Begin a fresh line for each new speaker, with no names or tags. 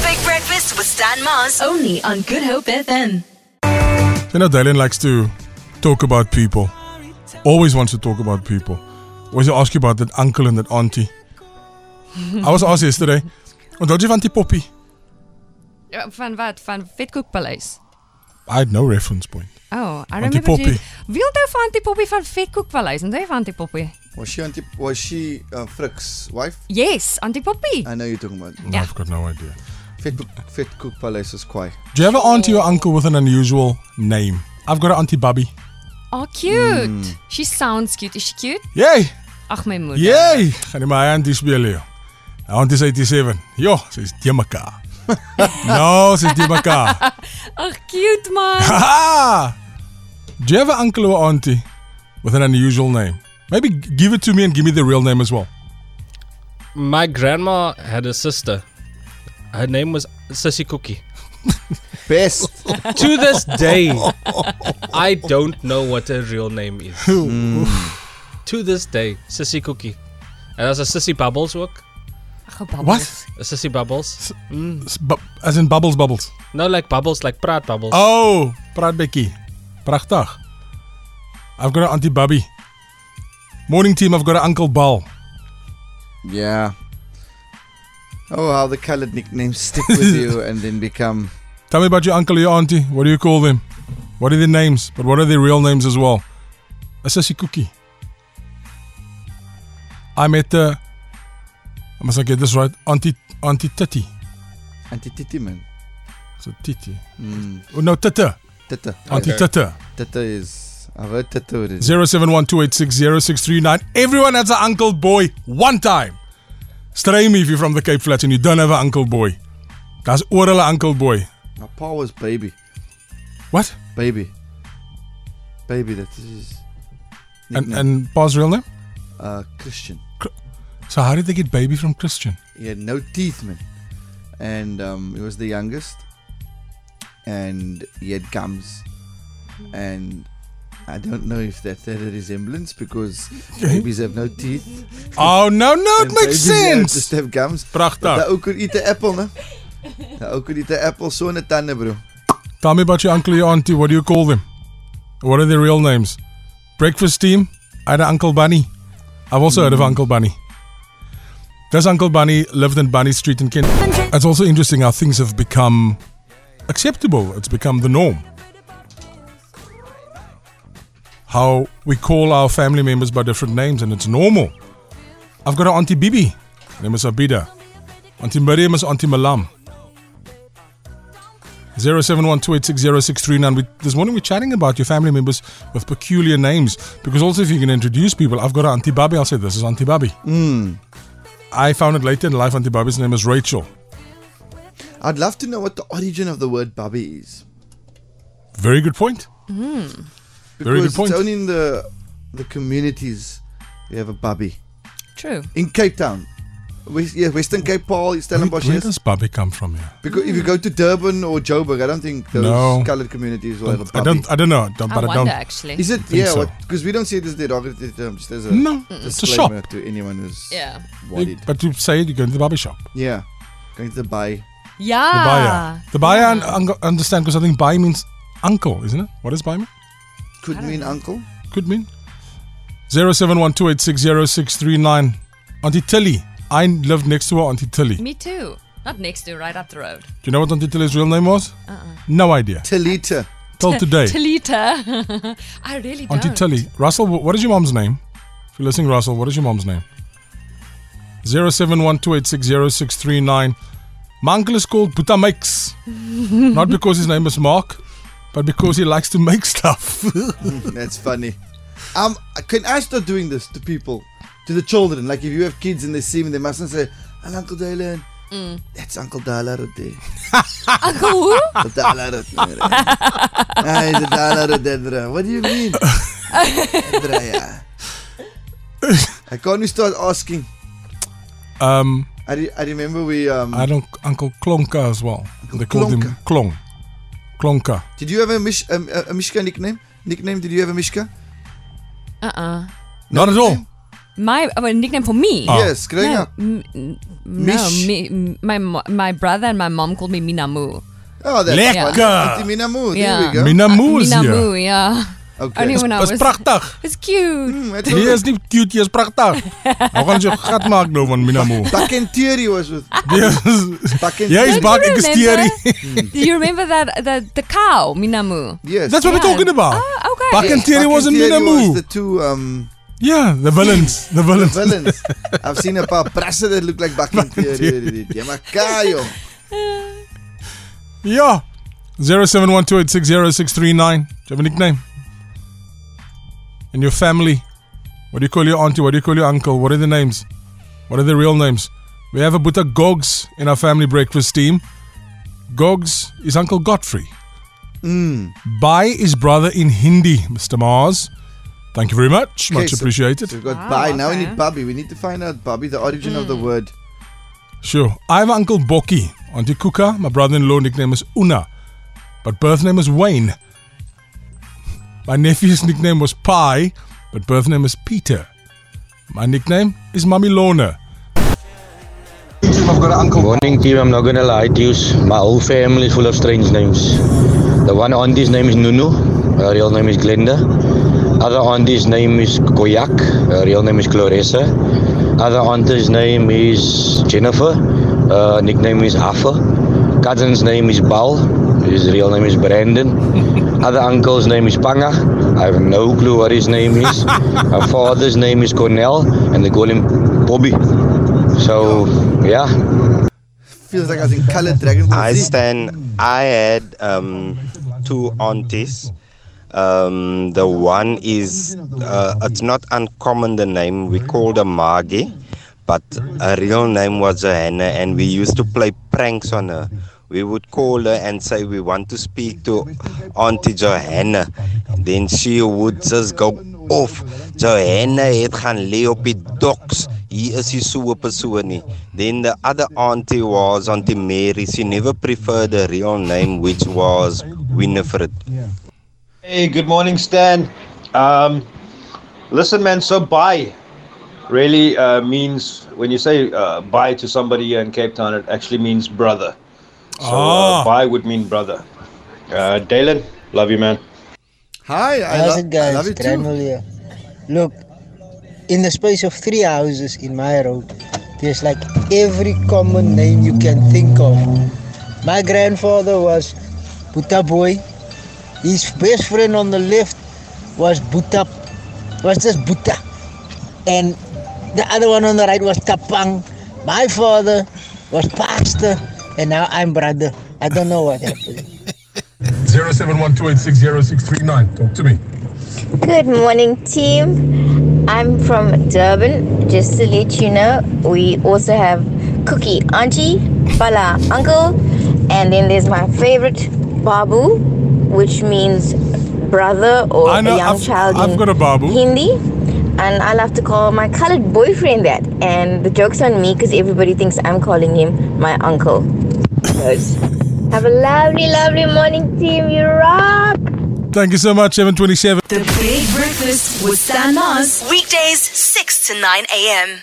Breakfast with Stan Mars. Only on Good Hope FM.
You know, Dylan likes to talk about people. Always wants to talk about people. Always ask you about that uncle and that auntie. I was asked yesterday, onthou jy van die poppy?
Ja, Eh, Van wat? Van Vetkoekpaleis.
I had no reference point.
Oh,
Auntie
I remember you.
Poppy.
Wie onthou van Auntie Poppy van Vetkoekpaleis? Onthou jy van Auntie Poppy?
Was she auntie, was she uh, Frick's wife?
Yes, Auntie
Eh,
Poppy.
I know you're talking about.
No,
Yeah.
I've got no idea.
Fit, fit Cook Palace is quite.
Do you have an auntie or uncle with an unusual name? I've got an auntie Bubby.
Oh, cute.
mm.
She sounds cute. Is she cute?
Yay!
Ag my moeder.
Yay! Gaan nie my auntie speel hier. Auntie's 87. Jo, sy's die mekaar. no, sy's die mekaar.
Ag cute man.
Aha! Do you have an uncle or auntie with an unusual name? Maybe g- give it to me and give me the real name as well.
My grandma had a sister. Her name was Sissy Cookie.
Best!
to this day, I don't know what her real name is. Hmm. to this day, Sissy Cookie. And as a Sissy Bubbles work,
Gebabbel.
What?
a Sissy Bubbles.
S- bu- as in bubbles, bubbles.
No, like bubbles, like Praat Bubbles.
Oh, praat Becky. Prachtig. I've got an auntie Bubby. Morning team, I've got an uncle Bal.
yeah. Oh, how the colored nicknames stick with you and then become.
Tell me about your uncle or your auntie. What do you call them? What are their names? But what are their real names as well? A sissy cookie. I met uh I must not get this right. Auntie Auntie Titty.
Auntie Titi, man.
So Titi.
Mm.
Oh, no, Tata.
Tata.
Auntie Tata.
Tata is. I've heard Tata already.
0712860639. Everyone has an uncle boy one time. Stray me if you're from the Cape Flats and you don't have an uncle boy. That's oral uncle boy.
My pa was baby.
What?
Baby. Baby, that is his.
And
Nickname.
and Pa's real name?
uh, Christian.
So how did they get baby from Christian?
He had no teeth, man. And um, he was the youngest. And he had gums. And I don't know if that had a resemblance because babies have no teeth.
Oh no no, it
and
makes
babies have-
sense.
Just have gums.
Pragtig.
Daai ou kon eet 'n appel, né? Daai ou kon eet 'n appel sonder tande, bro.
Tell me about your uncle, your auntie. What do you call them? What are their real names? Breakfast team. I had an Uncle Bunny. I've also heard of Uncle Bunny. This Uncle Bunny lived in Bunny Street in Kent. It's also interesting how things have become acceptable. It's become the norm. How we call our family members by different names, and it's normal. I've got an Auntie Bibi. Her name is Abida. Auntie Miriam is Auntie Malam. 0712860639. We, this morning we're chatting about your family members with peculiar names because also if you're going to introduce people, I've got an Auntie Babi. I'll say this is Auntie Babi.
Hmm.
I found it later in life. Auntie Babi's name is Rachel.
I'd love to know what the origin of the word bubby is.
Very good point.
Because
Very good point.
It's only in the the communities we have a bubby.
True.
In Cape Town. West, yeah, Western Cape Paul,
Where,
Stellenbosch.
where
yes.
does Babi come from? Here?
Because if you go to Durban or Joburg, I don't think those
No.
colored communities will have a
I
puppy.
don't. I don't know. I don't-
I
but I,
wonder
don't.
actually.
Is it?
think
Yeah,
so.
because we don't see it as derogatory term. um, Just as a
No, it's a shop.
disclaimer to anyone who's
Yeah.
You-
worried.
but you say it, you go to the Babi shop.
Yeah, going to the bay.
The
Ah. Yeah.
buyer. The buyer. I un- understand because I think buy means uncle, isn't it? What does buy mean?
Could mean uncle.
could mean. 0712860639. Auntie Tilly. I lived next to her, Auntie Tilly. Do
Me too. Not next to, right up the road.
you know what Auntie Tilly's real name was? No idea.
Talita.
Till today.
Talita. I really don't.
Auntie Tilly. Russell, wh- what is your mom's name? If you're listening, Russell, what is your mom's name? 0712860639. My uncle is called Buta Makes. Not because his name is Mark, but because he likes to make stuff.
That's funny. Um, can I start doing this to people, to the children? Like if you have kids and they see me, they mustn't say, "Hello, Uncle Dylan." That's Uncle Dalarode.
Uncle Uh, who?
Dalarode. Ay, the Dalarode, bro. What do you mean? ja. Bro, yeah. I can't we start asking.
um,
I, re- I remember we um.
I don't Uncle Klonka as well. they called him Klong. Klonka.
did you um, have a, mish, a, a- a Mishka nickname? Nickname? Did you have a Mishka?
Uh-uh.
Not at all.
My uh, well, nickname for me.
Oh.
Yes, growing
No,
up.
Nee, m- n- no
Mish.
me, m- my mo- my brother and my mom called me Minamu.
Oh, that's
Lekker.
fun. Auntie Minamu, there
Yeah.
we go.
Minamu is hier.
Minamu, yeah.
Okay.
Only when I
Is
was.
pragtig.
It's cute.
Mm, that's all
Nee,
right.
is nie cute, jy is pragtig. Nou gaan jy gat maak nou van Minamu.
Back in theory was with
Yes.
back in
Jy is
Don't you
bak ek steerie.
remember? Do you remember that that the cow Minamu?
Yes.
That's what we're
Yeah.
talking about.
Ah, okay.
Back in theory
Back
was in
theory was
Minamu.
the two um
Yeah, the villains, the villains.
villains. I've seen a paar prasse that look like Back in theory. Ja, Yeah, my guy, yo.
Yeah. 0712860639. Do you have a nickname? And your family? What do you call your auntie? What do you call your uncle? What are the names? What are the real names? We have a Buddha Gogs in our family breakfast team. Gogs is Uncle Godfrey.
Hmm.
Bai is brother in Hindi, Mr. Mars. Thank you very much.
Okay,
much
so-
appreciated.
So we've got
Wow,
Bobby. Now we
okay.
need Bobby. We need to find out Bobby, the origin of the word.
Sure. I have Uncle Boki, Auntie Kuka. My brother in law nickname is Una, but birth name is Wayne. My nephew's nickname was Pi, but birth name is Peter. My nickname is Mummy Lorna.
Morning team, I'm not gonna lie to you. My whole family is full of strange names. The one auntie's name is Nunu, her real name is Glenda. Other auntie's name is Koyak, her real name is Clarissa. Other auntie's name is Jennifer, her nickname is Hafa. Cousin's name is Bal, his real name is Brandon. Other uncle's name is Panga. I have no clue what his name is. Her father's name is Cornell, and they call him Bobby. So, yeah,
Feels like I was in colored Dragon Ball
I
Z.
stand. I had um, two aunties. Um, the one is uh, it's not uncommon the name we called her Margie, but her real name was Johanna, and we used to play pranks on her. We would call her and say we want to speak to Auntie Johanna. Then she would just go off. Johanna het gaan lê op die docks. Hier is die so 'n persoon nie. Then the other auntie was Auntie Mary. She never preferred her real name which was Winifred.
Hey, good morning, Stan. Um, listen, man, so bye really uh, means, when you say uh, bye to somebody here in Cape Town, it actually means brother. So
Ah.
uh, bye would mean brother. Uh, Dalen, love you, man.
Hi, I,
How's it
lo- I love
guys?
you too.
Granville here. Look, in the space of three houses in my road, there's like every common name you can think of. My grandfather was Buta Boy. His best friend on the left was Buta, was just Buta. And the other one on the right was Tapang. My father was Pastor, and now I'm brother. I don't know what happened.
0712860639. Talk to me.
Good morning, team. I'm from Durban. Just to let you know, we also have Cookie Auntie, Bala Uncle, and then there's my favorite, Babu, which means brother or
I know,
a young
I've-
child
I've
in
got a Babu.
Hindi. And I love to call my colored boyfriend that. And the joke's on me because everybody thinks I'm calling him my uncle. Because- have a lovely, lovely morning, team. You rock!
Thank you so much, 727.
The Big Breakfast with Stan Mars. Weekdays, 6 to 9 a.m.